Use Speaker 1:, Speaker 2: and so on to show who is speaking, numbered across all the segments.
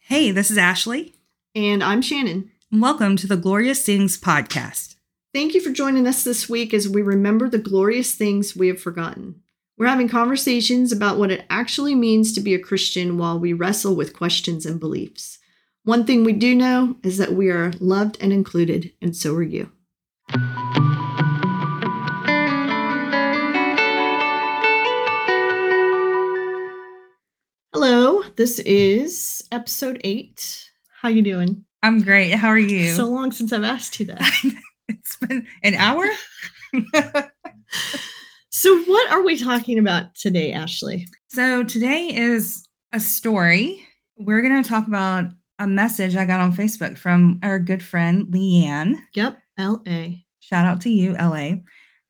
Speaker 1: Hey, this is Ashley,
Speaker 2: And I'm Shannon.
Speaker 1: and welcome to the Glorious Things podcast.
Speaker 2: Thank you for joining us this week as we remember the glorious things we have forgotten. We're having conversations about what it actually means to be a Christian while we wrestle with questions and beliefs. One thing we do know is that we are loved and included, and so are you. Hello, this is episode 8. How you doing?
Speaker 1: I'm great. How are you?
Speaker 2: So long since I've asked you that.
Speaker 1: it's been an hour.
Speaker 2: So, what are we talking about today, Ashley?
Speaker 1: so, today is a story. We're going to talk about a message I got on Facebook from our good friend Leanne.
Speaker 2: Yep, LA.
Speaker 1: Shout out to you, LA,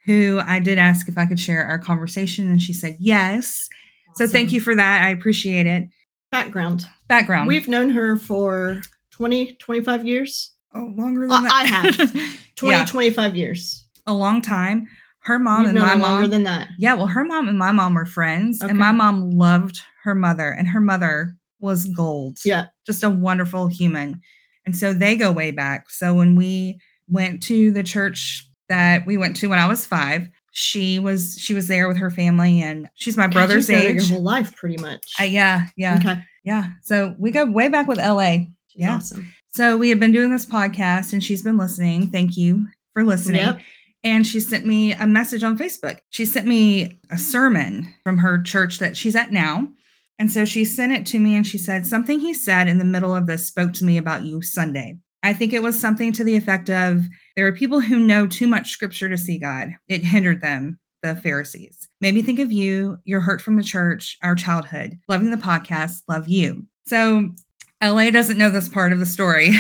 Speaker 1: who I did ask if I could share our conversation, and she said yes. So, thank
Speaker 2: Awesome.
Speaker 1: you for that. I appreciate it.
Speaker 2: Background.
Speaker 1: Background.
Speaker 2: We've known her for 20, 25 years.
Speaker 1: oh, longer
Speaker 2: Well,
Speaker 1: than
Speaker 2: I
Speaker 1: that.
Speaker 2: have. 20,
Speaker 1: Yeah.
Speaker 2: 25 years.
Speaker 1: a long time. Her mom
Speaker 2: You've
Speaker 1: and
Speaker 2: known
Speaker 1: my
Speaker 2: her longer
Speaker 1: mom.
Speaker 2: than that.
Speaker 1: Yeah, well, her mom and my mom were friends, and my
Speaker 2: Okay.
Speaker 1: mom loved her mother, and her mother was gold.
Speaker 2: Yeah.
Speaker 1: Just a wonderful human. And so they go way back. So when we went to the church that we went to when I was five, she was she was there with her family, and she's my
Speaker 2: God,
Speaker 1: brother's
Speaker 2: you've known her
Speaker 1: age.
Speaker 2: Your whole life, pretty much.
Speaker 1: Uh, yeah, yeah,
Speaker 2: Okay.
Speaker 1: yeah. So we go way back with LA.
Speaker 2: She's
Speaker 1: Yeah.
Speaker 2: Awesome.
Speaker 1: So we have been doing this podcast, and she's been listening. Thank you for listening
Speaker 2: Yep.
Speaker 1: and she sent me a message on Facebook. She sent me a sermon from her church that she's at now. And so she sent it to me and she said, Something he said in the middle of this spoke to me about you Sunday. I think it was something to the effect of there are people who know too much scripture to see God. It hindered them, the Pharisees. Made me think of you, your hurt from the church, our childhood, loving the podcast, love you. So LA doesn't know this part of the story.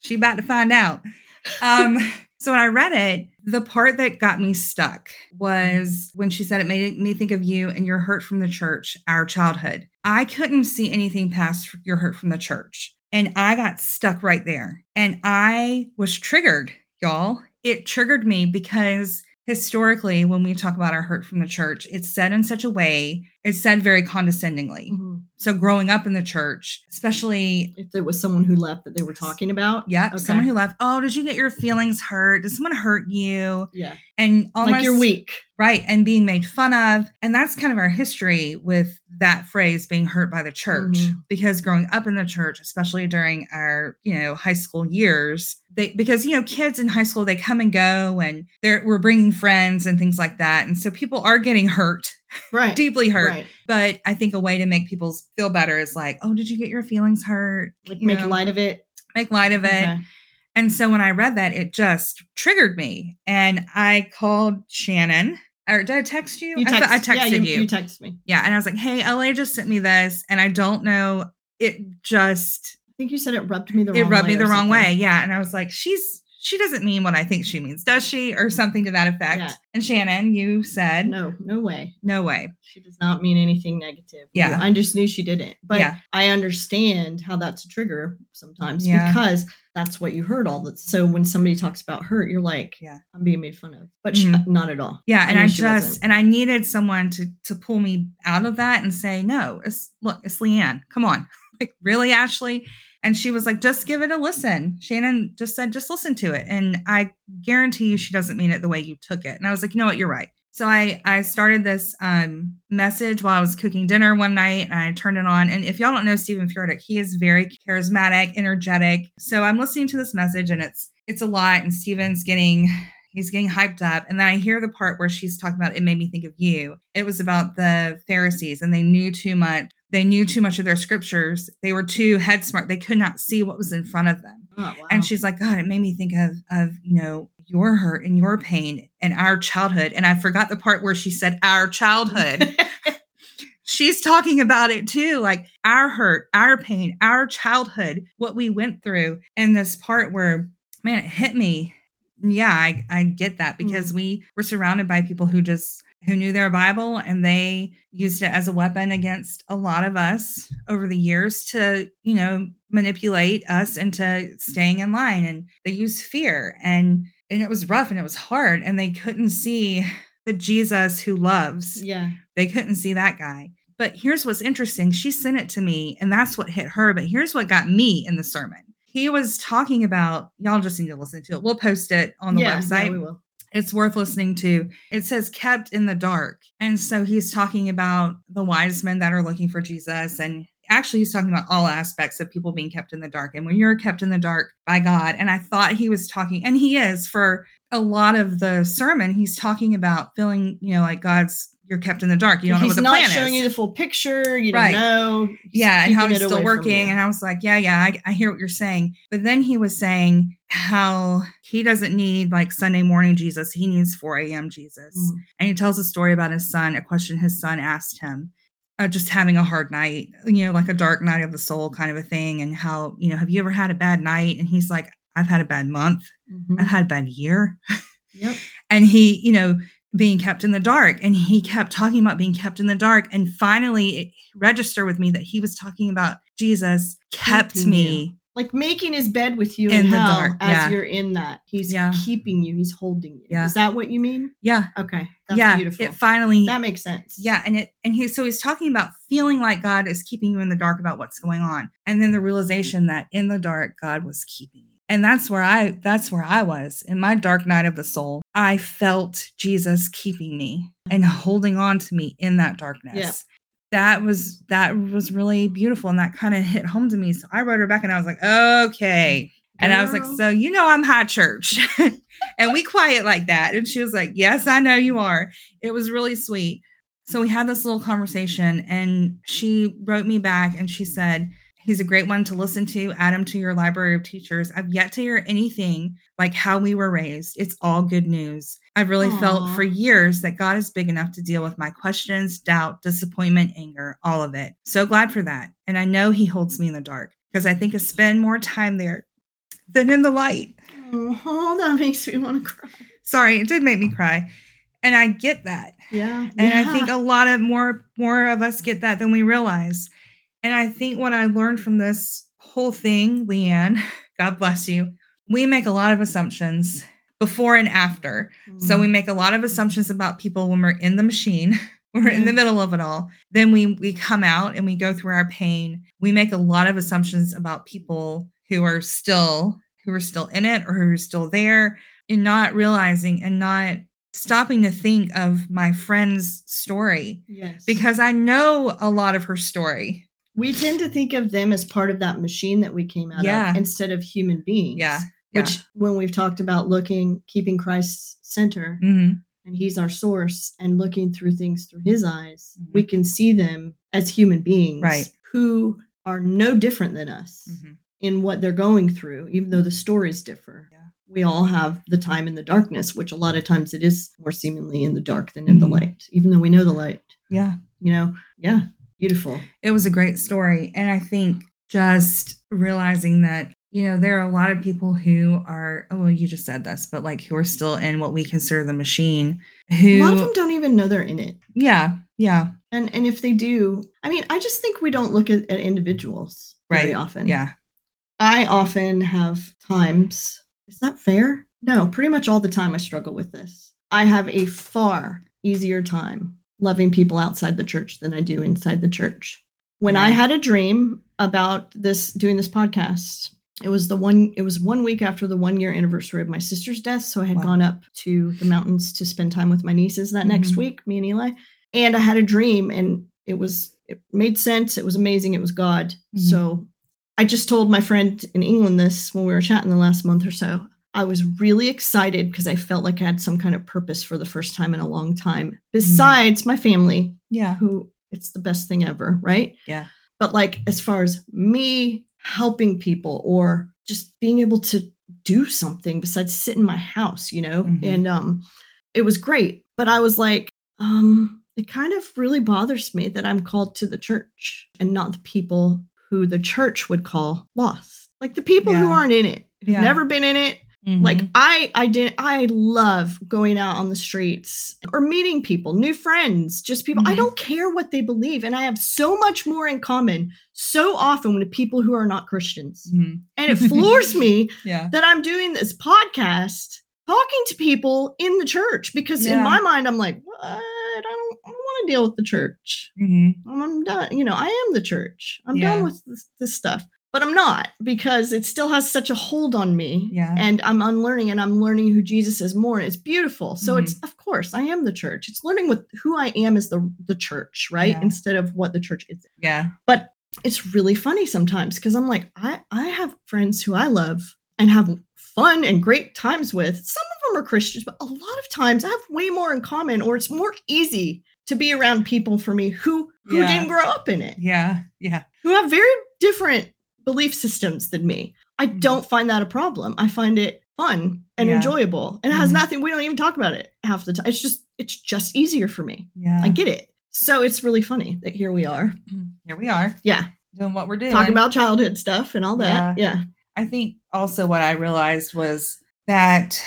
Speaker 1: she about to find out. Um, so when I read it, the part that got me stuck was when she said it made me think of you and your hurt from the church, our childhood. I couldn't see anything past your hurt from the church. And I got stuck right there. And I was triggered, y'all. It triggered me because historically, when we talk about our hurt from the church, it's said in such a way, it's said very condescendingly.
Speaker 2: Mhm.
Speaker 1: So growing up in the church, especially
Speaker 2: If there was someone who left that they were talking about.
Speaker 1: yeah,
Speaker 2: Okay.
Speaker 1: someone who left, oh, did you get your feelings hurt? Did someone hurt you?
Speaker 2: yeah.
Speaker 1: And almost
Speaker 2: like you're weak.
Speaker 1: right? And being made fun of, and that's kind of our history with that phrase being hurt by the church.
Speaker 2: Mhm.
Speaker 1: Because growing up in the church, especially during our you know high school years, they because you know kids in high school they come and go, and they're we're bringing friends and things like that, and so people are getting hurt,
Speaker 2: Right.
Speaker 1: deeply hurt.
Speaker 2: Right.
Speaker 1: But I think a way to make people s- feel better is like, oh, did you get your feelings hurt?
Speaker 2: Like
Speaker 1: You
Speaker 2: make
Speaker 1: know,
Speaker 2: light of it.
Speaker 1: make light of it.
Speaker 2: Okay.
Speaker 1: And so when I read that, it just triggered me. And I called Shannon. Or did I text you?
Speaker 2: You
Speaker 1: I, thought I
Speaker 2: text,
Speaker 1: texted
Speaker 2: yeah,
Speaker 1: you.
Speaker 2: you. You text me.
Speaker 1: yeah. And I was like, hey, LA just sent me this. And I don't know. It just
Speaker 2: I think you said it rubbed me the
Speaker 1: it
Speaker 2: wrong
Speaker 1: rubbed
Speaker 2: way.
Speaker 1: me the
Speaker 2: or
Speaker 1: wrong
Speaker 2: something.
Speaker 1: way. Yeah. And I was like, she's she doesn't mean what I think she means, does she? Or something to that effect.
Speaker 2: Yeah.
Speaker 1: And Shannon, you said no,
Speaker 2: No, no way.
Speaker 1: way.
Speaker 2: She does not mean anything negative.
Speaker 1: Yeah.
Speaker 2: I just knew she didn't. But
Speaker 1: Yeah.
Speaker 2: I understand how that's a trigger sometimes
Speaker 1: Yeah.
Speaker 2: because that's what you heard all the so when somebody talks about hurt, you're like,
Speaker 1: Yeah.
Speaker 2: I'm being made fun of. But she,
Speaker 1: Mhm.
Speaker 2: not at all.
Speaker 1: Yeah. And
Speaker 2: knew
Speaker 1: I,
Speaker 2: she
Speaker 1: just
Speaker 2: wasn't.
Speaker 1: and I needed someone to to pull me out of that and say, no, it's look, it's Leanne. Come on. Like, really, Ashley? And she was like, just give it a listen. Shannon just said, just listen to it. And I guarantee you she doesn't mean it the way you took it. And I was like, you know what, you're right. So I I started this um message while I was cooking dinner one night and I turned it on. And if y'all don't know Stephen Fjordick, he is very charismatic, energetic. So I'm listening to this message and it's it's a lot. And Stephen's getting he's getting hyped up. And then I hear the part where she's talking about it made me think of you. It was about the Pharisees and they knew too much. They knew too much of their scriptures. They were too head smart. They could not see what was in front of them
Speaker 2: Oh, wow.
Speaker 1: and she's like god it made me think of of you know your hurt and your pain and our childhood and i forgot the part where she said our childhood she's talking about it too like our hurt our pain our childhood what we went through and this part where man it hit me yeah i, I get that because we were surrounded by people who just who knew their bible and they used it as a weapon against a lot of us over the years to you know manipulate us into staying in line and they used fear and and it was rough and it was hard and they couldn't see the jesus who loves
Speaker 2: yeah.
Speaker 1: they couldn't see that guy But here's what's interesting. She sent it to me, and that's what hit her. But here's what got me in the sermon. He was talking about, y'all just need to listen to it. We'll post it on the
Speaker 2: yeah,
Speaker 1: website
Speaker 2: Yeah, we will.
Speaker 1: it's worth listening to. It says kept in the dark. And so he's talking about the wise men that are looking for Jesus. And actually, he's talking about all aspects of people being kept in the dark. And when you're kept in the dark by God, and I thought he was talking, and he is for a lot of the sermon, he's talking about feeling, you know, like God's, you're kept in the dark. You don't
Speaker 2: He's
Speaker 1: know what the plan
Speaker 2: not showing
Speaker 1: is.
Speaker 2: you the full picture. You
Speaker 1: Right.
Speaker 2: don't know. He's
Speaker 1: yeah, and how
Speaker 2: keeping
Speaker 1: he's
Speaker 2: it away
Speaker 1: still
Speaker 2: from
Speaker 1: working.
Speaker 2: you.
Speaker 1: And I was like, yeah, yeah, I, I hear what you're saying. But then he was saying how he doesn't need like Sunday morning Jesus, he needs 4 a.m. Jesus.
Speaker 2: Mm.
Speaker 1: And he tells a story about his son, a question his son asked him, uh, just having a hard night, you know, like a dark night of the soul kind of a thing. And how, you know, have you ever had a bad night? And he's like, I've had a bad month,
Speaker 2: Mhm.
Speaker 1: I've had a bad year.
Speaker 2: Yep.
Speaker 1: And he, you know, being kept in the dark. And he kept talking about being kept in the dark. And finally, it registered with me that he was talking about Jesus kept
Speaker 2: Keeping
Speaker 1: me.
Speaker 2: Like making his bed with you
Speaker 1: In
Speaker 2: in,
Speaker 1: the
Speaker 2: hell
Speaker 1: dark,
Speaker 2: as
Speaker 1: yeah.
Speaker 2: you're in that. He's
Speaker 1: Yeah.
Speaker 2: keeping you. He's holding you.
Speaker 1: Yeah.
Speaker 2: Is that what you mean?
Speaker 1: Yeah.
Speaker 2: Okay. That's
Speaker 1: yeah.
Speaker 2: beautiful.
Speaker 1: It finally
Speaker 2: that makes sense.
Speaker 1: Yeah, and it and he so he's talking about feeling like God is keeping you in the dark about what's going on, and then the realization that in the dark God was keeping you, and that's where I that's where I was in my dark night of the soul. I felt Jesus keeping me and holding on to me in that darkness. That was that was really beautiful, and that kind of hit home to me. So I wrote her back, and I was like, okay. And I was like,
Speaker 2: Girl.
Speaker 1: so you know I'm high church. and we quiet like that. And she was like, Yes, I know you are. It was really sweet. So we had this little conversation and she wrote me back and she said, He's a great one to listen to. Add him to your library of teachers. I've yet to hear anything like how we were raised. It's all good news. I've really felt
Speaker 2: Aw.
Speaker 1: for years that God is big enough to deal with my questions, doubt, disappointment, anger, all of it. So glad for that. And I know He holds me in the dark because I think I spend more time there than in the light.
Speaker 2: Oh, that makes me want to cry.
Speaker 1: Sorry, it did make me cry. And I get that.
Speaker 2: Yeah.
Speaker 1: And I
Speaker 2: Yeah.
Speaker 1: think a lot of more more of us get that than we realize. And I think what I learned from this whole thing, Leanne, God bless you. We make a lot of assumptions before and after.
Speaker 2: Hmm.
Speaker 1: So we make a lot of assumptions about people when we're in the machine, when we're in the
Speaker 2: Mhm.
Speaker 1: middle of it all. Then we we come out and we go through our pain. We make a lot of assumptions about people who are still who are still in it or who are still there and not realizing and not stopping to think of my friend's story
Speaker 2: yes.
Speaker 1: because I know a lot of her story.
Speaker 2: we tend to think of them as part of that machine that we came out
Speaker 1: Yeah.
Speaker 2: of instead of human beings.
Speaker 1: Yeah.
Speaker 2: Which when we've talked about looking, keeping Christ center
Speaker 1: Mhm.
Speaker 2: and he's our source and looking through things through his eyes,
Speaker 1: Mhm.
Speaker 2: we can see them as human beings
Speaker 1: Right.
Speaker 2: who are no different than us
Speaker 1: Mhm.
Speaker 2: in what they're going through, even though the stories differ.
Speaker 1: Yeah.
Speaker 2: We all have the time in the darkness, which a lot of times it is more seemingly in the dark than in the
Speaker 1: Mhm.
Speaker 2: light, even though we know the light.
Speaker 1: Yeah.
Speaker 2: You know, yeah, beautiful.
Speaker 1: it was a great story. And I think just realizing that, you know, there are a lot of people who are, oh, well, you just said this, but like who are still in what we consider the machine,
Speaker 2: A lot of
Speaker 1: who,
Speaker 2: them don't even know they're in it.
Speaker 1: yeah, yeah,
Speaker 2: And and if they do, I mean, I just think we don't look at, at individuals very
Speaker 1: Right.
Speaker 2: often.
Speaker 1: yeah,
Speaker 2: I often have times. Is that fair? No, pretty much all the time I struggle with this. I have a far easier time loving people outside the church than I do inside the church. When I
Speaker 1: Yeah.
Speaker 2: had a dream about this doing this podcast, it was the one it was one week after the one year anniversary of my sister's death, so I had
Speaker 1: Wow.
Speaker 2: gone up to the mountains to spend time with my nieces that next
Speaker 1: Mhm.
Speaker 2: week, me and Eli and I had a dream and it was it made sense. It was amazing. It was God.
Speaker 1: Mhm.
Speaker 2: So I just told my friend in England this when we were chatting the last month or so. I was really excited because I felt like I had some kind of purpose for the first time in a long time, besides my family,
Speaker 1: yeah,
Speaker 2: who it's the best thing ever, right?
Speaker 1: Yeah.
Speaker 2: But like as far as me helping people or just being able to do something besides sit in my house, you know?
Speaker 1: Mhm.
Speaker 2: And um it was great, but I was like um it kind of really bothers me that I'm called to the church and not the people who the church would call lost. Like the people who
Speaker 1: Yeah.
Speaker 2: aren't in it, who've
Speaker 1: Yeah.
Speaker 2: never been in it, like
Speaker 1: Mhm.
Speaker 2: i i did i love going out on the streets or meeting people new friends just people i
Speaker 1: Mhm.
Speaker 2: don't care what they believe and i have so much more in common so often with people who are not christians
Speaker 1: Mhm.
Speaker 2: and it floors me
Speaker 1: yeah,
Speaker 2: that i'm doing this podcast talking to people in the church because in
Speaker 1: Yeah.
Speaker 2: my mind i'm like what i don't, I don't want to deal with the church.
Speaker 1: Mhm.
Speaker 2: I'm, I'm done. You know, I am the church. I'm
Speaker 1: Yeah.
Speaker 2: done with this, this stuff. But I'm not because it still has such a hold on me.
Speaker 1: Yeah.
Speaker 2: And I'm unlearning and I'm learning who Jesus is more. It's beautiful. So it's
Speaker 1: Mm-hmm.
Speaker 2: of course I am the church. It's learning with who I am as the the church, right?
Speaker 1: Yeah.
Speaker 2: Instead of what the church is.
Speaker 1: Yeah.
Speaker 2: But it's really funny sometimes because I'm like, I, I have friends who I love and have fun and great times with. Some of them are Christians, but a lot of times I have way more in common, or it's more easy to be around people for me who who
Speaker 1: Yeah.
Speaker 2: didn't grow up in it,
Speaker 1: Yeah. Yeah.
Speaker 2: who have very different belief systems than me. I
Speaker 1: Mhm.
Speaker 2: don't find that a problem. I find it fun and
Speaker 1: Yeah.
Speaker 2: enjoyable. And it has
Speaker 1: Mhm.
Speaker 2: nothing, we don't even talk about it half the time. It's just it's just easier for me.
Speaker 1: Yeah. Mm-hmm,
Speaker 2: I get it. So it's really funny that here we are
Speaker 1: Here we are.
Speaker 2: Yeah.
Speaker 1: Doing what we're doing.
Speaker 2: talking about childhood stuff and all that. Yeah.
Speaker 1: I think also what I realized was that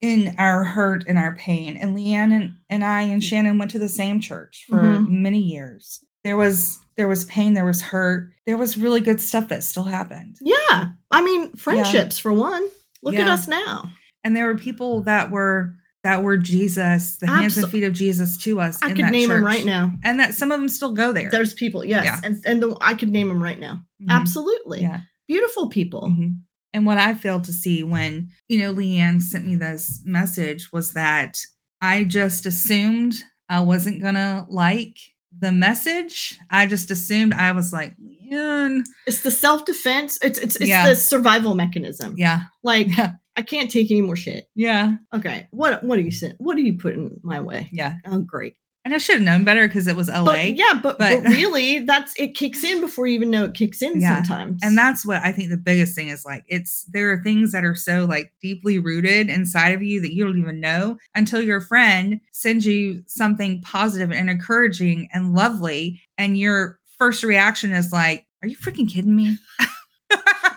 Speaker 1: in our hurt and our pain, and Leanne and, and I
Speaker 2: Mm-hmm.
Speaker 1: and Shannon went to the same church for
Speaker 2: Mhm.
Speaker 1: many years. There was there was pain, there was hurt, there was really good stuff that still happened.
Speaker 2: Yeah. I mean, friendships for one. Look at
Speaker 1: Yeah.
Speaker 2: us now.
Speaker 1: And there were people that were that were Jesus, the hands and
Speaker 2: Absol-
Speaker 1: feet of Jesus to us.
Speaker 2: I
Speaker 1: in
Speaker 2: could
Speaker 1: that
Speaker 2: name them
Speaker 1: church.
Speaker 2: right now.
Speaker 1: And that some of them still go there.
Speaker 2: There's people, yes,
Speaker 1: Yeah.
Speaker 2: and and the, I could name them right now.
Speaker 1: Mhm.
Speaker 2: Absolutely,
Speaker 1: Yeah.
Speaker 2: beautiful people.
Speaker 1: Mhm. And what I failed to see when, you know, Leanne sent me this message was that I just assumed I wasn't going to like the message. I just assumed I was like, Leanne.
Speaker 2: It's the self defense. It's it's it's
Speaker 1: Yeah.
Speaker 2: the survival mechanism.
Speaker 1: Yeah.
Speaker 2: Like
Speaker 1: Yeah.
Speaker 2: I can't take any more shit.
Speaker 1: Yeah.
Speaker 2: Okay, what what are you sent? What are you putting my way?
Speaker 1: Yeah.
Speaker 2: Oh, great.
Speaker 1: And I should have known better because it was LA.
Speaker 2: But yeah, but,
Speaker 1: but-
Speaker 2: but really, that's it kicks in before you even know it kicks in
Speaker 1: Yeah.
Speaker 2: sometimes.
Speaker 1: And that's what I think the biggest thing is like it's there are things that are so like deeply rooted inside of you that you don't even know until your friend sends you something positive and encouraging and lovely and your first reaction is like are you freaking kidding me?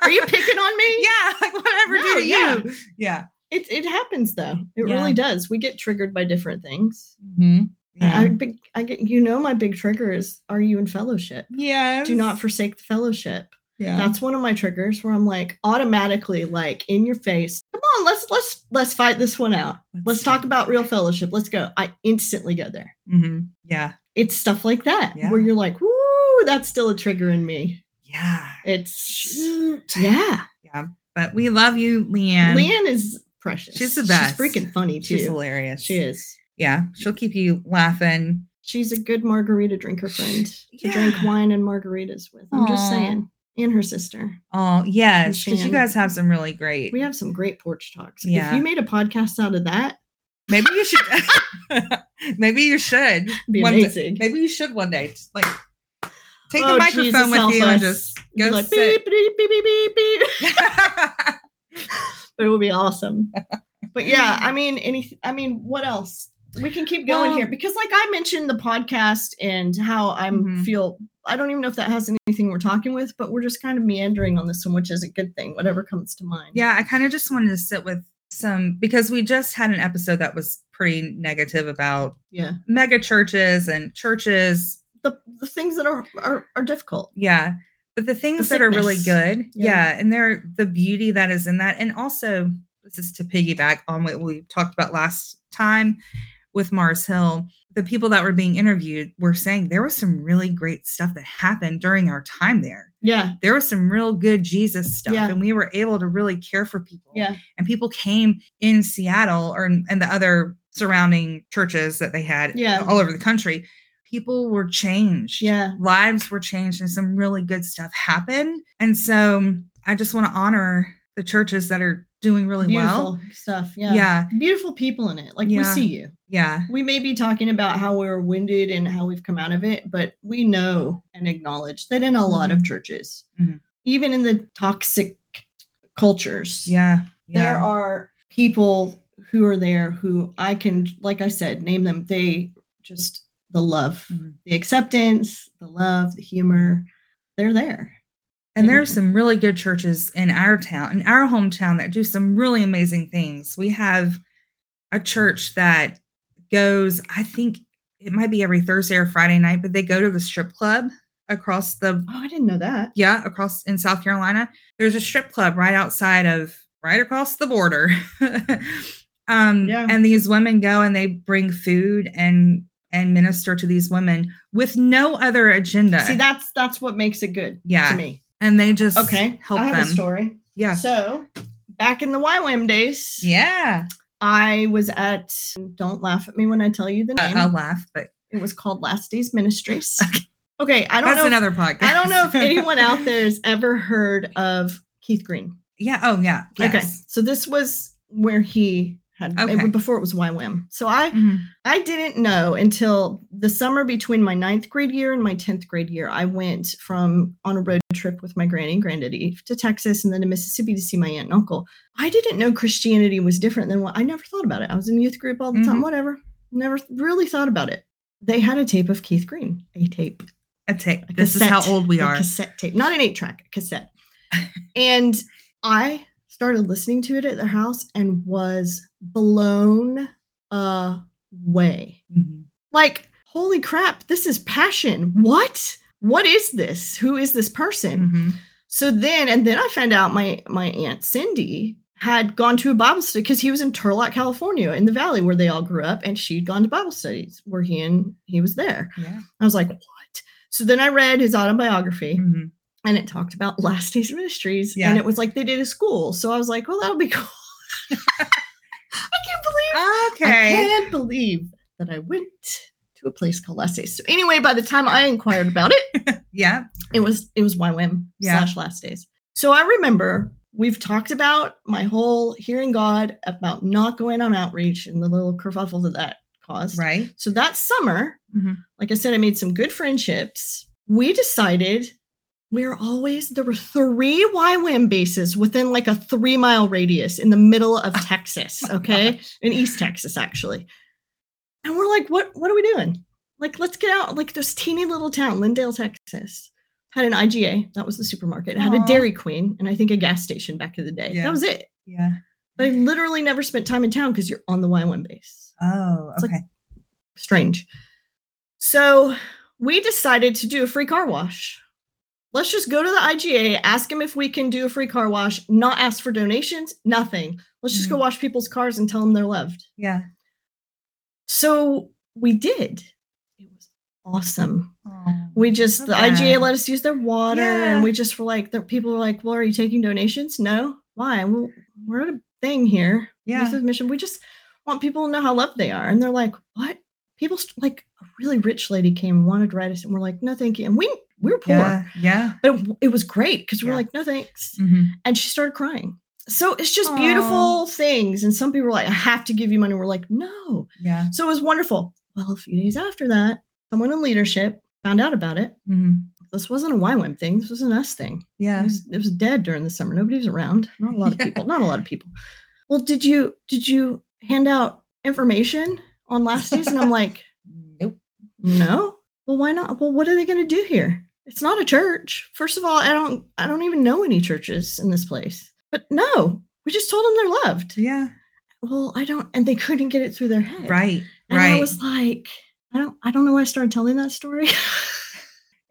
Speaker 2: are you picking on me?
Speaker 1: yeah, like whatever
Speaker 2: No,
Speaker 1: do to
Speaker 2: yeah.
Speaker 1: you. Yeah.
Speaker 2: It it happens though. It
Speaker 1: Yeah.
Speaker 2: really does. We get triggered by different things.
Speaker 1: Mhm.
Speaker 2: I, Mm-hmm. I
Speaker 1: Yeah.
Speaker 2: big I get you know my big trigger is are you in fellowship?
Speaker 1: Yes.
Speaker 2: Do not forsake the fellowship.
Speaker 1: yeah.
Speaker 2: That's one of my triggers where I'm like automatically like in your face. Come on, let's let's let's fight this one out. Let's talk about real fellowship. Let's go. I instantly go there.
Speaker 1: hmm Yeah.
Speaker 2: It's stuff like that
Speaker 1: Yeah.
Speaker 2: where you're like, "Woo, that's still a trigger in me."
Speaker 1: Yeah.
Speaker 2: It's
Speaker 1: Shoot.
Speaker 2: yeah.
Speaker 1: But we love you, Leanne.
Speaker 2: Leanne is precious.
Speaker 1: She's the best.
Speaker 2: She's freaking funny too.
Speaker 1: She's hilarious.
Speaker 2: she is.
Speaker 1: Yeah, she'll keep you laughing.
Speaker 2: She's a good margarita drinker friend to
Speaker 1: Yeah.
Speaker 2: drink wine and margaritas with. I'm just
Speaker 1: Aw.
Speaker 2: saying. And her sister.
Speaker 1: Oh, yes, because you
Speaker 2: Shannon.
Speaker 1: guys have some really great.
Speaker 2: We have some great porch talks.
Speaker 1: Yeah.
Speaker 2: If you made a podcast out of that,
Speaker 1: Maybe you should. maybe you should.
Speaker 2: Be
Speaker 1: one day-
Speaker 2: amazing.
Speaker 1: maybe you should one day. Just like take
Speaker 2: Oh,
Speaker 1: the microphone
Speaker 2: Jesus,
Speaker 1: with
Speaker 2: help
Speaker 1: you and
Speaker 2: us.
Speaker 1: just
Speaker 2: you'd
Speaker 1: go
Speaker 2: be like
Speaker 1: sit.
Speaker 2: beep, beep, beep, beep, beep, beep. It would be awesome. but yeah, I mean, any, I mean, what else? We can keep going
Speaker 1: Well-
Speaker 2: here because, like I mentioned, the podcast and how I'm
Speaker 1: Mhm.
Speaker 2: feel. I don't even know if that has anything we're talking with, but we're just kind of meandering on this one, which is a good thing. Whatever comes to mind.
Speaker 1: yeah, I kind of just wanted to sit with some because we just had an episode that was pretty negative about
Speaker 2: yeah.
Speaker 1: mega churches and churches
Speaker 2: The, the things that are are, are difficult.
Speaker 1: Yeah. But the things that are really
Speaker 2: thickness.
Speaker 1: good. Yeah.
Speaker 2: Yeah.
Speaker 1: And they're the beauty that is in that. And also, this is to piggyback on what we talked about last time with Mars Hill. The people that were being interviewed were saying there was some really great stuff that happened during our time there.
Speaker 2: Yeah.
Speaker 1: There was some real good Jesus stuff,
Speaker 2: Yeah.
Speaker 1: and we were able to really care for people.
Speaker 2: Yeah.
Speaker 1: And people came in Seattle or in, and the other surrounding churches that they had
Speaker 2: Yeah.
Speaker 1: all over the country. People were changed
Speaker 2: Yeah.
Speaker 1: lives were changed and some really good stuff happened. And so um, I just want to honor the churches that are doing really well.
Speaker 2: Beautiful stuff.
Speaker 1: Yeah.
Speaker 2: Yeah.
Speaker 1: yeah.
Speaker 2: Beautiful people in it. Like we
Speaker 1: Yeah.
Speaker 2: see you. We may be talking about how we were winded and how we've come out of it, but we know and acknowledge that in a lot of churches,
Speaker 1: Mhm.
Speaker 2: even in the toxic cultures,
Speaker 1: Yeah. Yeah.
Speaker 2: there are people who are there who I can, like I said, name them. They just the love,
Speaker 1: Mhm.
Speaker 2: the acceptance, the love, the humor. They're there.
Speaker 1: and there are some really good churches in our town, in our hometown, that do some really amazing things. We have a church that goes, I think it might be every Thursday or Friday night, but they go to the strip club across the
Speaker 2: Oh, I didn't know that.
Speaker 1: yeah across in south carolina there's a strip club right outside of right across the border um
Speaker 2: Yeah.
Speaker 1: and these women go and they bring food and and minister to these women with no other agenda.
Speaker 2: See, that's that's what makes it good
Speaker 1: yeah.
Speaker 2: to me.
Speaker 1: And they just
Speaker 2: Okay,
Speaker 1: help
Speaker 2: I have
Speaker 1: them.
Speaker 2: a story.
Speaker 1: Yeah.
Speaker 2: So, back in the YWAM days,
Speaker 1: Yeah.
Speaker 2: I was at. Don't laugh at me when I tell you the
Speaker 1: I-
Speaker 2: name.
Speaker 1: Uh, I'll laugh, but
Speaker 2: it was called Last Days Ministries. okay, I don't
Speaker 1: that's
Speaker 2: know. if-
Speaker 1: another podcast.
Speaker 2: I don't know if anyone out there has ever heard of Keith Green.
Speaker 1: yeah. Oh, yeah.
Speaker 2: Okay.
Speaker 1: Yes.
Speaker 2: So this was where he had
Speaker 1: Okay.
Speaker 2: it- before it was YWAM. So I
Speaker 1: Mhm.
Speaker 2: I didn't know until the summer between my ninth grade year and my tenth grade year. I went from on a road trip with my granny and granddaddy to Texas and then to Mississippi to see my aunt and uncle. I didn't know Christianity was different than what I never thought about it. I was in youth group all the
Speaker 1: Mm-hmm.
Speaker 2: time, whatever. Never really thought about it. They had a tape of Keith Green, a tape
Speaker 1: A tick.
Speaker 2: a
Speaker 1: This is how
Speaker 2: cassette-
Speaker 1: old we
Speaker 2: a
Speaker 1: are.
Speaker 2: Cassette tape, not an eight track, a cassette. and I started listening to it at their house and was blown away.
Speaker 1: Mhm.
Speaker 2: Like, holy crap, this is passion. What? What is this? Who is this person?
Speaker 1: Mhm.
Speaker 2: So then, and then I found out my my aunt Cindy had gone to a Bible study because he was in Turlock, California, in the valley where they all grew up, and she'd gone to Bible studies where he and he was there.
Speaker 1: Yeah.
Speaker 2: I was like, what? So then I read his autobiography
Speaker 1: Mhm.
Speaker 2: and it talked about Last Days Ministries.
Speaker 1: Yeah.
Speaker 2: And it was like they did a school. So I was like, well, that'll be cool. I can't believe I
Speaker 1: Mm-hmm. Okay.
Speaker 2: can't believe that I went to a place called Last Days. So anyway, by the time I inquired about it,
Speaker 1: Yeah.
Speaker 2: it was it was YWAM
Speaker 1: Yeah.
Speaker 2: slash last days. So I remember we've talked about my whole hearing God about not going on outreach and the little kerfuffle that that caused.
Speaker 1: Right.
Speaker 2: So that summer,
Speaker 1: Mhm.
Speaker 2: like I said, I made some good friendships. We decided we're always there were three YWAM bases within like a three mile radius in the middle of Texas, okay, in East Texas actually. And we're like, what? What are we doing? Like, let's get out. Like this teeny little town, Lindale, Texas, had an IGA. That was the supermarket. It had
Speaker 1: Aw.
Speaker 2: a Dairy Queen and I think a gas station back in the day.
Speaker 1: Yeah.
Speaker 2: That was it.
Speaker 1: Yeah.
Speaker 2: But I literally never spent time in town because you're on the YWAM base
Speaker 1: Oh,
Speaker 2: It's like-
Speaker 1: okay.
Speaker 2: strange. So we decided to do a free car wash. Let's just go to the IGA, ask them if we can do a free car wash, not ask for donations, nothing. Let's just go
Speaker 1: Mhm.
Speaker 2: wash people's cars and tell them they're loved.
Speaker 1: Yeah.
Speaker 2: So we did. It was awesome.
Speaker 1: Aw.
Speaker 2: We just, the
Speaker 1: Okay.
Speaker 2: IGA let us use their water,
Speaker 1: Yeah.
Speaker 2: and we just were like, the people were like, well, are you taking donations? No. Why? Well, we're at a thing here
Speaker 1: Yeah.
Speaker 2: this is mission. We just want people to know how loved they are. And they're like, what? People st- like a really rich lady came, wanted to write us, and we're like, no, thank you. And we we were poor,
Speaker 1: Yeah. Yeah.
Speaker 2: but it, w- it was great because we
Speaker 1: Yeah.
Speaker 2: we're like, no, thanks.
Speaker 1: Mhm.
Speaker 2: And she started crying. So it's just
Speaker 1: Aw.
Speaker 2: beautiful things. And some people were like, I have to give you money. We're like, no.
Speaker 1: Yeah.
Speaker 2: So it was wonderful. Well, a few days after that, someone in leadership found out about it.
Speaker 1: Mhm.
Speaker 2: This wasn't a YWAM thing. This was an us thing. It
Speaker 1: Yeah.
Speaker 2: was, it was dead during the summer. Nobody was around. Not a lot of
Speaker 1: Yeah.
Speaker 2: people. Not a lot of people. Well, did you did you hand out information on last days? And I'm like,
Speaker 1: Nope.
Speaker 2: no. Well, why not? Well, what are they going to do here? It's not a church. First of all, I don't I don't even know any churches in this place. But no, we just told them they're loved.
Speaker 1: Yeah.
Speaker 2: Well, I don't, and they couldn't get it through their head.
Speaker 1: Right.
Speaker 2: And
Speaker 1: Right.
Speaker 2: I was like, I don't I don't know why I started telling that story.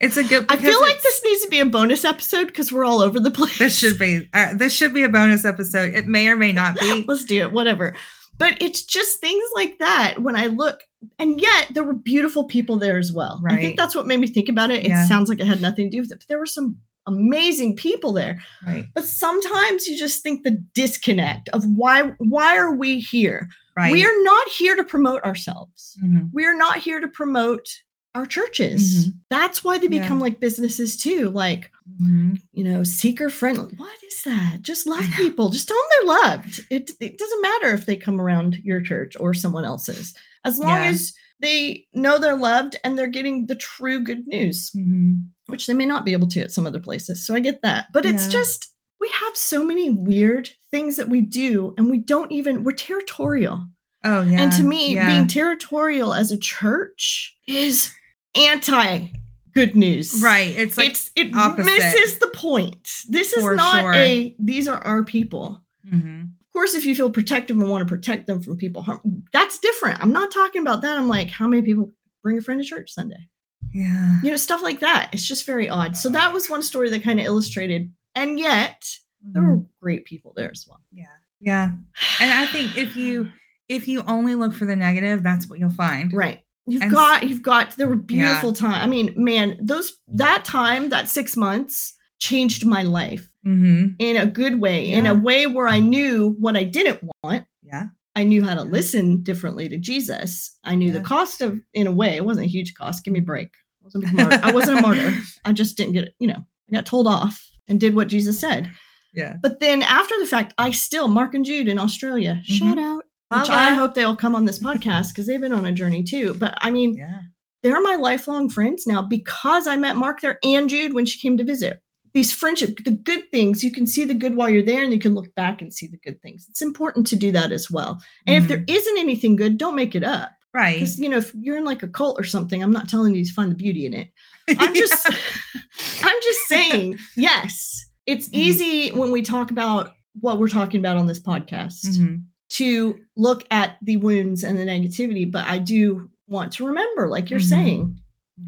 Speaker 1: it's a good.
Speaker 2: I
Speaker 1: because
Speaker 2: feel like
Speaker 1: it's-
Speaker 2: this needs to be a bonus episode because we're all over the place.
Speaker 1: This should be. Uh, this should be a bonus episode. It may or may not be.
Speaker 2: let's do it, whatever. But it's just things like that when I look, and yet there were beautiful people there as well. I
Speaker 1: Right.
Speaker 2: think that's what made me think about it. It
Speaker 1: Yeah.
Speaker 2: sounds like it had nothing to do with it, but there were some amazing people there.
Speaker 1: Right.
Speaker 2: But sometimes you just think the disconnect of why why are we here?
Speaker 1: Right.
Speaker 2: We are not here to promote ourselves.
Speaker 1: Mhm.
Speaker 2: We are not here to promote our churches. That's why they
Speaker 1: Mm-hmm. Yeah.
Speaker 2: become like businesses too. Like
Speaker 1: Mhm.
Speaker 2: you know, seeker friendly. What is that? Just love
Speaker 1: know.
Speaker 2: people. Just tell them they're loved. It, it doesn't matter if they come around your church or someone else's, as long
Speaker 1: Yeah.
Speaker 2: as they know they're loved and they're getting the true good news,
Speaker 1: Mhm.
Speaker 2: which they may not be able to at some other places. So I get that. But it's
Speaker 1: Yeah.
Speaker 2: just, we have so many weird things that we do, and we don't even, we're territorial.
Speaker 1: Oh yeah.
Speaker 2: And to me,
Speaker 1: yeah.
Speaker 2: being territorial as a church is anti good news
Speaker 1: right, it's like
Speaker 2: it's it
Speaker 1: opposite.
Speaker 2: misses the point. This is
Speaker 1: For
Speaker 2: not
Speaker 1: sure.
Speaker 2: a these are our people.
Speaker 1: Mhm.
Speaker 2: Of course, if you feel protective and want to protect them from people harm, that's different. I'm not talking about that. I'm like, how many people bring a friend to church Sunday?
Speaker 1: yeah.
Speaker 2: You know, stuff like that. It's just very odd. So that was one story that kind of illustrated, and yet there
Speaker 1: Mhm.
Speaker 2: were great people there as well.
Speaker 1: Yeah. Yeah. And I think if you if you only look for the negative, that's what you'll find.
Speaker 2: right, You've
Speaker 1: And s-
Speaker 2: got, you've got, there were beautiful time. I mean, man, those, that time, that six months changed my life
Speaker 1: Mm-hmm.
Speaker 2: in a good way, in a
Speaker 3: Yeah.
Speaker 2: way where I knew what I didn't want.
Speaker 1: Yeah.
Speaker 2: I knew how to listen differently to Jesus. I knew the
Speaker 1: Yeah.
Speaker 2: cost of, in a way, it wasn't a huge cost. Give me a break. I wasn't a martyr. I wasn't a martyr. I just didn't get it. You know, I got told off and did what Jesus said.
Speaker 1: Yeah.
Speaker 2: But then after the fact, I still, Mark and Jude in Australia, shout out. Which I
Speaker 1: Mm-hmm. Holla.
Speaker 2: hope they'll come on this podcast because they've been on a journey too. But I mean,
Speaker 1: Yeah.
Speaker 2: they're my lifelong friends now because I met Mark there and Jude when she came to visit. These friendship, the good things, you can see the good while you're there and you can look back and see the good things. It's important to do that as well. And if there isn't anything good, don't make it up.
Speaker 1: Right.
Speaker 2: Because, you know, if you're in like a cult or something, I'm not telling you to find the beauty in it. I'm just I'm just saying, yes, it's
Speaker 1: Mhm.
Speaker 2: easy when we talk about what we're talking about on this podcast
Speaker 1: Mhm.
Speaker 2: to look at the wounds and the negativity, but I do want to remember, like you're
Speaker 1: Mhm.
Speaker 2: saying,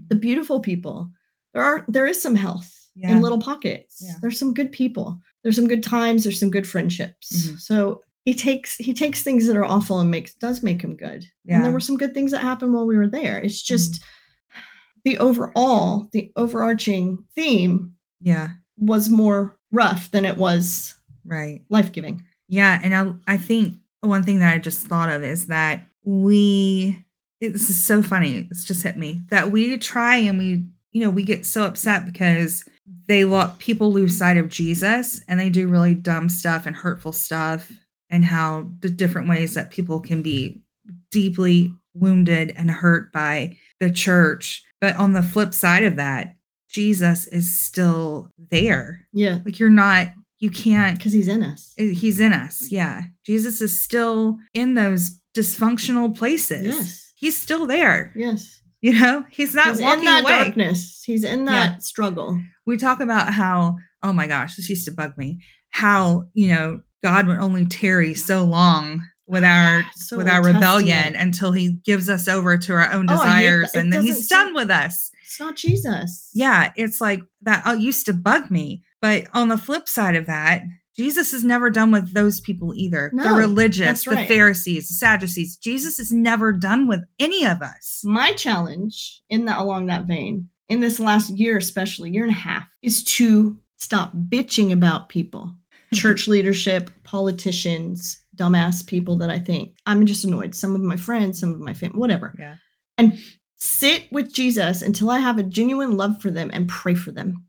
Speaker 2: the beautiful people. There are there is some health
Speaker 1: Yeah.
Speaker 2: in little pockets.
Speaker 1: Yeah.
Speaker 2: There's some good people. There's some good times. There's some good friendships.
Speaker 1: Mhm.
Speaker 2: So he takes he takes things that are awful and makes does make them good. And
Speaker 1: Yeah. Mm-hmm.
Speaker 2: there were some good things that happened while we were there. It's just the overall the overarching theme
Speaker 1: Yeah.
Speaker 2: was more rough than it was
Speaker 1: Right.
Speaker 2: life giving.
Speaker 1: Yeah, and I I think one thing that I just thought of is that we it, this is so funny. It's just hit me that we try and we you know we get so upset because they look people lose sight of Jesus and they do really dumb stuff and hurtful stuff and how the different ways that people can be deeply wounded and hurt by the church. But on the flip side of that, Jesus is still there.
Speaker 2: Yeah,
Speaker 1: Like you're not you can't
Speaker 2: because he's in us.
Speaker 1: I- Eh, He's in
Speaker 2: Mm-hmm.
Speaker 1: us. Yeah. Jesus is still in those dysfunctional places.
Speaker 2: Yes.
Speaker 1: He's still there.
Speaker 2: Yes.
Speaker 1: You know, he's not
Speaker 2: he's in
Speaker 1: walking
Speaker 2: that
Speaker 1: away.
Speaker 2: darkness. He's in
Speaker 1: Yeah.
Speaker 2: that struggle.
Speaker 1: We talk about how, oh my gosh, this used to bug me. How, you know, God would only tarry so long with our
Speaker 2: So
Speaker 1: with our
Speaker 2: Old
Speaker 1: rebellion
Speaker 2: Testament.
Speaker 1: until he gives us over to our own
Speaker 2: Oh, I hate that.
Speaker 1: desires
Speaker 2: It
Speaker 1: and then
Speaker 2: doesn't
Speaker 1: he's
Speaker 2: seem-
Speaker 1: done with us.
Speaker 2: It's not Jesus.
Speaker 1: Yeah, it's like that uh, used to bug me. But on the flip side of that, Jesus is never done with those people either.
Speaker 2: No,
Speaker 1: the religious,
Speaker 2: that's
Speaker 1: the
Speaker 2: right.
Speaker 1: Pharisees, the Sadducees. Jesus is never done with any of us.
Speaker 2: My challenge in that along that vein, in this last year, especially year and a half, is to stop bitching about people. Church leadership, politicians, dumbass people that I think I'm just annoyed. Some of my friends, some of my family, whatever.
Speaker 1: Yeah.
Speaker 2: And sit with Jesus until I have a genuine love for them and pray for them.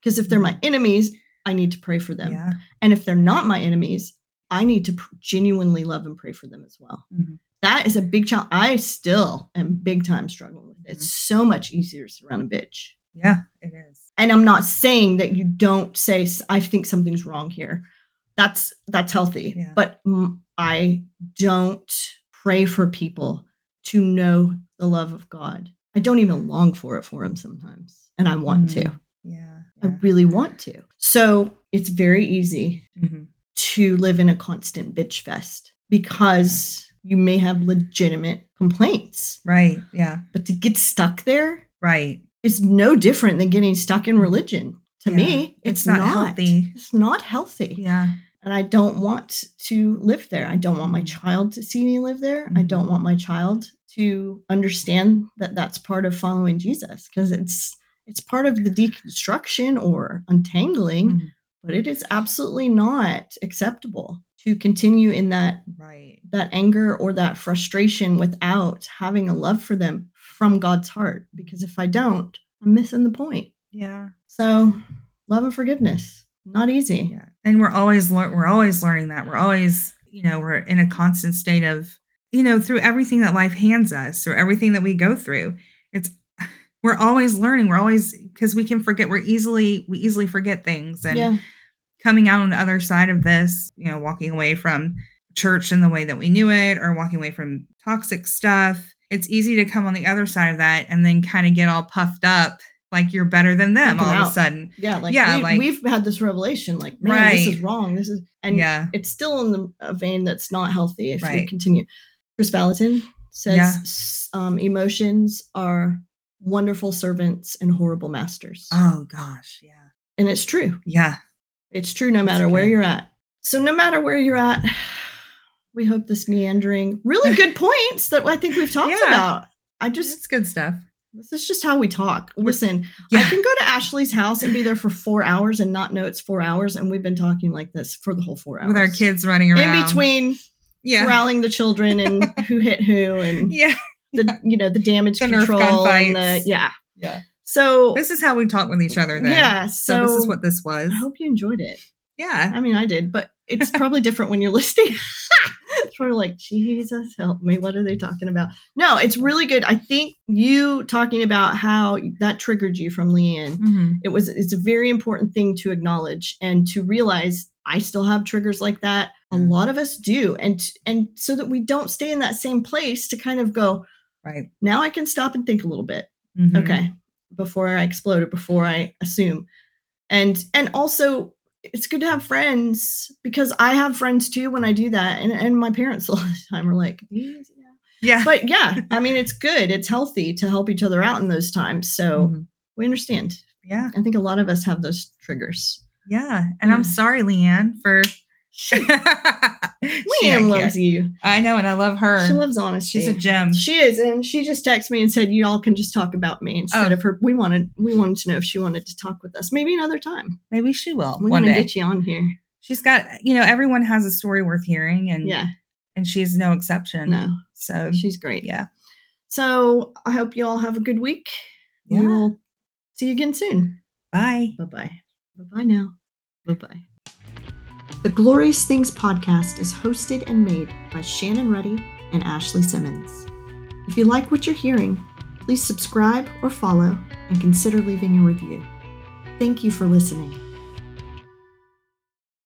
Speaker 2: Because if they're my enemies, I need to pray for Mm-hmm. them.
Speaker 1: Mm-hmm. Yeah.
Speaker 2: And if they're not my enemies, I need to pr- genuinely love and pray for them as well.
Speaker 1: Mhm.
Speaker 2: That is a big challenge. I still am big time struggling with it. It's
Speaker 1: Mm-hmm.
Speaker 2: so much easier to surround a bitch.
Speaker 1: Yeah, it is.
Speaker 2: And I'm not saying that you don't say "S- I think something's wrong here. That's that's healthy.
Speaker 1: Yeah.
Speaker 2: But mm, I don't pray for people to know the love of God. I don't even long for it for them sometimes, and I want to.
Speaker 1: Mm-hmm. Yeah.
Speaker 2: I really want to. So it's very easy
Speaker 1: Mhm.
Speaker 2: to live in a constant bitch fest because you may have legitimate complaints.
Speaker 1: Right. Yeah.
Speaker 2: But to get stuck there
Speaker 1: Right.
Speaker 2: is no different than getting stuck in religion. To
Speaker 1: Yeah.
Speaker 2: me, it's,
Speaker 1: It's
Speaker 2: not,
Speaker 1: not healthy.
Speaker 2: It's not healthy.
Speaker 1: Yeah.
Speaker 2: And I don't want to live there. I don't want my
Speaker 1: Mhm.
Speaker 2: child to see me live there. I don't
Speaker 1: Mhm.
Speaker 2: want my child to understand that that's part of following Jesus because it's it's part of the deconstruction or untangling
Speaker 1: Mhm.
Speaker 2: but it is absolutely not acceptable to continue in that
Speaker 1: Right.
Speaker 2: that anger or that frustration without having a love for them from God's heart because if I don't I'm missing the point
Speaker 1: Yeah.
Speaker 2: so love and forgiveness not easy
Speaker 1: Yeah. And we're always lear- we're always learning that. We're always, you know, we're in a constant state of, you know, through everything that life hands us, through everything that we go through. It's we're always learning. We're always because we can forget. We're easily we easily forget things. And
Speaker 2: yeah
Speaker 1: coming out on the other side of this, you know, walking away from church in the way that we knew it or walking away from toxic stuff. It's easy to come on the other side of that and then kind of get all puffed up like you're better than them
Speaker 2: Freaking
Speaker 1: all of a
Speaker 2: out.
Speaker 1: sudden.
Speaker 2: yeah like,
Speaker 1: Yeah,
Speaker 2: we,
Speaker 1: like-
Speaker 2: we've had this revelation like man this is
Speaker 1: Right.
Speaker 2: wrong this is and
Speaker 1: And yeah.
Speaker 2: it's still in the a vein that's not healthy if we
Speaker 1: Right.
Speaker 2: continue. Chris Ballatin says
Speaker 1: Yeah.
Speaker 2: "S- um, emotions are wonderful servants and horrible masters.
Speaker 1: Oh gosh. Yeah.
Speaker 2: and it's true.
Speaker 1: Yeah.
Speaker 2: It's true no
Speaker 1: That's
Speaker 2: matter where
Speaker 1: okay.
Speaker 2: you're at. So no matter where you're at, we hope this meandering, really good points that I think we've talked
Speaker 1: Yeah.
Speaker 2: about I just
Speaker 1: It's good stuff.
Speaker 2: this is just how we talk. Listen, I
Speaker 1: Yeah.
Speaker 2: can go to Ashley's house and be there for four hours and not know it's four hours, and we've been talking like this for the whole four hours
Speaker 1: With our kids running
Speaker 2: in
Speaker 1: around.
Speaker 2: between
Speaker 1: Yeah.
Speaker 2: corralling the children and who hit who and
Speaker 1: Yeah.
Speaker 2: the you know the damage
Speaker 1: The Nerf gun
Speaker 2: control and the
Speaker 1: fights.
Speaker 2: yeah
Speaker 1: Yeah.
Speaker 2: so
Speaker 1: This is how we talk with each other then.
Speaker 2: yeah
Speaker 1: So,
Speaker 2: so,
Speaker 1: this is what this was.
Speaker 2: I hope you enjoyed it.
Speaker 1: Yeah.
Speaker 2: I mean, I did, but it's probably different when you're listening. it's probably like, Jesus, help me. What are they talking about? No, it's really good. I think you talking about how that triggered you from Leanne.
Speaker 1: Mhm.
Speaker 2: It was it's a very important thing to acknowledge and to realize I still have triggers like that. A
Speaker 1: Mm.
Speaker 2: lot of us do. And t- and so that we don't stay in that same place to kind of go,
Speaker 1: Right.
Speaker 2: now I can stop and think a little bit
Speaker 1: Mhm.
Speaker 2: okay before i explode or before i assume and and also it's good to have friends because i have friends too when i do that and and my parents a lot of the time are like "Yeah."
Speaker 1: Yeah.
Speaker 2: but yeah i mean it's good it's healthy to help each other out in those times so
Speaker 1: Mhm.
Speaker 2: we understand
Speaker 1: Yeah.
Speaker 2: i think a lot of us have those triggers
Speaker 1: Yeah. And I'm
Speaker 2: Yeah.
Speaker 1: sorry, Leanne, for.
Speaker 2: She-
Speaker 1: Leanne
Speaker 2: Leanne loves you
Speaker 1: I know, and I love her.
Speaker 2: she loves honesty
Speaker 1: She's a gem.
Speaker 2: she is and she just texted me and said y'all can just talk about me instead
Speaker 1: Oh.
Speaker 2: of her we wanted we wanted to know if she wanted to talk with us maybe another time
Speaker 1: Maybe she will
Speaker 2: we're
Speaker 1: one
Speaker 2: gonna
Speaker 1: day.
Speaker 2: get you on here
Speaker 1: she's got, you know, everyone has a story worth hearing, and
Speaker 2: yeah
Speaker 1: and she's no exception.
Speaker 2: no
Speaker 1: So
Speaker 2: she's great
Speaker 1: yeah,
Speaker 2: so i hope you all have a good week we
Speaker 1: Yeah.
Speaker 2: will see you again soon
Speaker 1: bye.
Speaker 2: bye bye bye bye now bye bye
Speaker 3: The Glorious Things podcast is hosted and made by Shannon Ruddy and Ashley Simmons. If you like what you're hearing, please subscribe or follow and consider leaving a review. Thank you for listening.